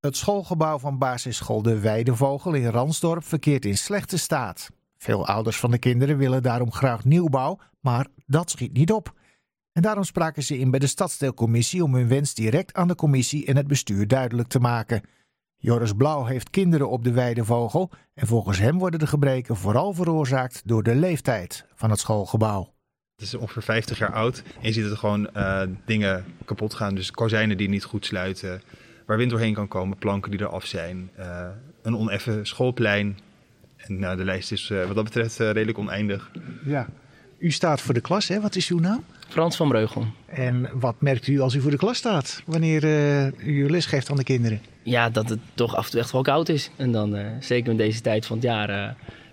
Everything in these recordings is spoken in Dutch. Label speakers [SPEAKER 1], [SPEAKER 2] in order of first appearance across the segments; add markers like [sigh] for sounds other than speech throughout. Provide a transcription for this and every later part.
[SPEAKER 1] Het schoolgebouw van basisschool De Weidevogel in Ransdorp verkeert in slechte staat. Veel ouders van de kinderen willen daarom graag nieuwbouw, maar dat schiet niet op. En daarom spraken ze in bij de stadsdeelcommissie om hun wens direct aan de commissie en het bestuur duidelijk te maken. Joris Blauw heeft kinderen op de Weidevogel en volgens hem worden de gebreken vooral veroorzaakt door de leeftijd van het schoolgebouw.
[SPEAKER 2] Het is ongeveer 50 jaar oud en je ziet dat er gewoon eh, dingen kapot gaan. Dus kozijnen die niet goed sluiten, waar wind doorheen kan komen, planken die eraf zijn, eh, een oneffen schoolplein. En nou, de lijst is eh, wat dat betreft eh, redelijk oneindig.
[SPEAKER 1] Ja. U staat voor de klas, hè? Wat is uw naam?
[SPEAKER 3] Frans van Breugel.
[SPEAKER 1] En wat merkt u als u voor de klas staat, wanneer eh, u uw les geeft aan de kinderen?
[SPEAKER 3] Ja, dat het toch af en toe echt wel koud is. En dan eh, zeker in deze tijd van het jaar. eh,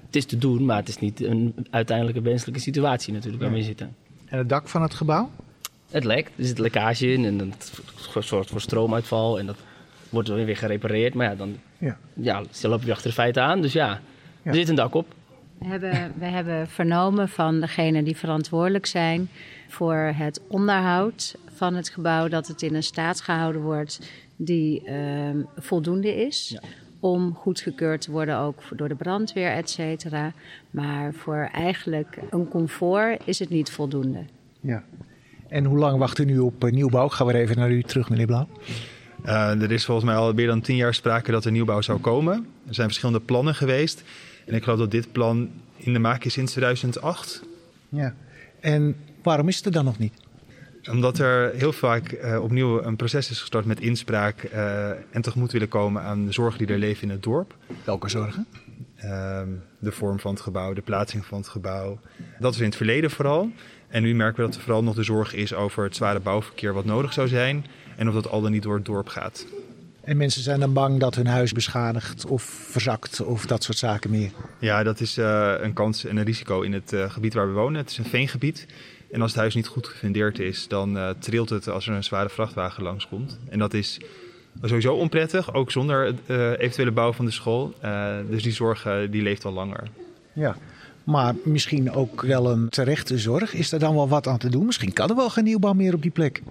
[SPEAKER 3] het is te doen, maar het is niet een uiteindelijke wenselijke situatie natuurlijk waar we in zitten.
[SPEAKER 1] En het dak van het gebouw?
[SPEAKER 3] Het lekt, er zit lekkage in en dat zorgt voor stroomuitval. En dat wordt dan weer gerepareerd. Maar ja, dan
[SPEAKER 1] Ja.
[SPEAKER 3] ja, ze lopen weer achter de feiten aan. Dus ja, er zit een dak op.
[SPEAKER 4] We hebben, we hebben vernomen van degenen die verantwoordelijk zijn voor het onderhoud van het gebouw, dat het in een staat gehouden wordt die ehm, voldoende is.
[SPEAKER 3] Ja.
[SPEAKER 4] Om goedgekeurd te worden, ook voor- door de brandweer, et cetera. Maar voor eigenlijk een comfort is het niet voldoende.
[SPEAKER 1] Ja. En hoe lang wacht u nu op eh, nieuwbouw? Ik ga weer even naar u terug, meneer Blauw.
[SPEAKER 2] Eh, er is volgens mij al meer dan tien jaar sprake dat er nieuwbouw zou komen. Er zijn verschillende plannen geweest. En ik geloof dat dit plan in de maak is sinds 2008.
[SPEAKER 1] Ja. En waarom is het er dan nog niet?
[SPEAKER 2] Omdat er heel vaak eh, opnieuw een proces is gestart met inspraak eh, en tegemoet willen komen aan de zorgen die er leven in het dorp.
[SPEAKER 1] Welke zorgen?
[SPEAKER 2] Ehm, de vorm van het gebouw, de plaatsing van het gebouw. Dat was in het verleden vooral. En nu merken we dat er vooral nog de zorg is over het zware bouwverkeer wat nodig zou zijn. En of dat al dan niet door het dorp gaat.
[SPEAKER 1] En mensen zijn dan bang dat hun huis beschadigd of verzakt of dat soort zaken meer.
[SPEAKER 2] Ja, dat is eh, een kans en een risico in het eh, gebied waar we wonen. Het is een veengebied. En als het huis niet goed gefundeerd is, dan eh, trilt het als er een zware vrachtwagen langskomt. En dat is sowieso onprettig, ook zonder eh, eventuele bouw van de school. Eh, dus die zorg eh, die leeft al langer.
[SPEAKER 1] Ja. Maar misschien ook wel een terechte zorg. Is er dan wel wat aan te doen? Misschien kan er wel geen nieuwbouw meer op die plek.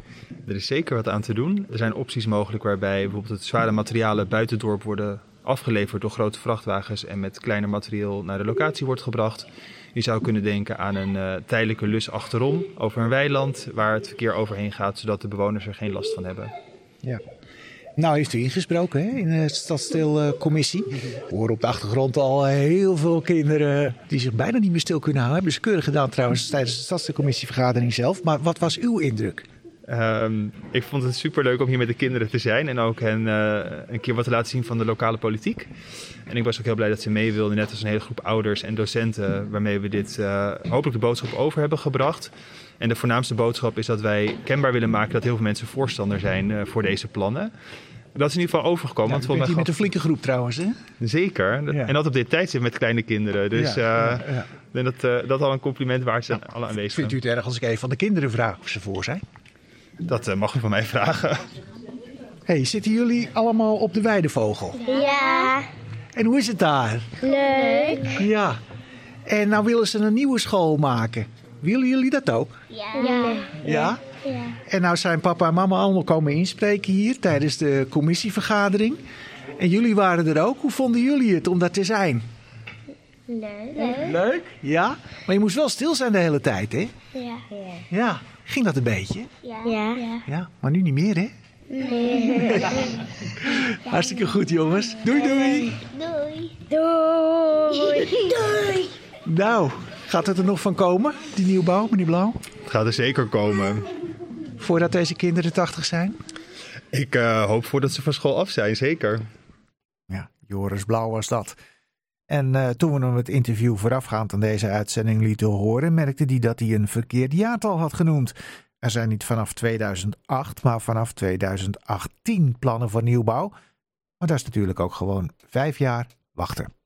[SPEAKER 2] Er is zeker wat aan te doen. Er zijn opties mogelijk waarbij bijvoorbeeld het zware materialen buiten het dorp worden afgeleverd door grote vrachtwagens en met kleiner materieel naar de locatie wordt gebracht. Je zou kunnen denken aan een eh, tijdelijke lus achterom over een weiland waar het verkeer overheen gaat, zodat de bewoners er geen last van hebben.
[SPEAKER 1] Ja. Nou heeft u ingesproken hè, in de stadsdeelcommissie. We horen op de achtergrond al heel veel kinderen die zich bijna niet meer stil kunnen houden. Hebben ze keurig gedaan trouwens tijdens de stadsdeelcommissievergadering zelf. Maar wat was uw indruk?
[SPEAKER 2] Ehm, ik vond het superleuk om hier met de kinderen te zijn en ook hen eh, een keer wat te laten zien van de lokale politiek. En ik was ook heel blij dat ze mee wilden, net als een hele groep ouders en docenten, waarmee we dit eh, hopelijk de boodschap over hebben gebracht. En de voornaamste boodschap is dat wij kenbaar willen maken dat heel veel mensen voorstander zijn eh, voor deze plannen. Dat is in ieder geval overgekomen.
[SPEAKER 1] Ja,
[SPEAKER 2] want
[SPEAKER 1] u bent
[SPEAKER 2] volgens
[SPEAKER 1] hier
[SPEAKER 2] mij
[SPEAKER 1] met een flinke groep trouwens. Hè?
[SPEAKER 2] gaf- Zeker.
[SPEAKER 1] Ja.
[SPEAKER 2] En dat op dit tijdstip met kleine kinderen. Dus
[SPEAKER 1] Ja,
[SPEAKER 2] eh,
[SPEAKER 1] ja, ja.
[SPEAKER 2] ik denk dat, eh, dat al een compliment waard is aan alle aanwezigen.
[SPEAKER 1] Vindt u het erg als ik even van de kinderen vraag of ze voor zijn?
[SPEAKER 2] Dat eh, mag u van mij vragen. [laughs]
[SPEAKER 1] hey, zitten jullie allemaal op de weidevogel?
[SPEAKER 5] Ja,
[SPEAKER 1] En hoe is het daar?
[SPEAKER 5] leuk.
[SPEAKER 1] Ja. En nou willen ze een nieuwe school maken. Willen jullie dat ook?
[SPEAKER 5] Ja. ja.
[SPEAKER 1] Ja? En nou zijn papa en mama allemaal komen inspreken hier tijdens de commissievergadering. En jullie waren er ook. Hoe vonden jullie het om daar te zijn?
[SPEAKER 5] Leuk.
[SPEAKER 1] Leuk. Ja? Maar je moest wel stil zijn de hele tijd, hè?
[SPEAKER 5] Ja. Ja.
[SPEAKER 1] Ja. Ging dat een beetje?
[SPEAKER 5] Ja. ja.
[SPEAKER 1] Ja, maar nu niet meer, hè? [laughs] Hartstikke goed, jongens. Doei, doei.
[SPEAKER 5] Doei. Doei. Doei.
[SPEAKER 1] Nou, gaat het er nog van komen, die nieuwbouw, meneer Blauw?
[SPEAKER 2] Het gaat er zeker komen.
[SPEAKER 1] Voordat deze kinderen 80 zijn?
[SPEAKER 2] Ik eh, hoop voor dat ze van school af zijn, zeker.
[SPEAKER 1] Ja, Joris Blauw was dat. En eh, toen we hem het interview voorafgaand aan deze uitzending lieten horen, merkte hij dat hij een verkeerd jaartal had genoemd. Er zijn niet vanaf 2008, maar vanaf 2018 plannen voor nieuwbouw. Maar dat is natuurlijk ook gewoon vijf jaar wachten.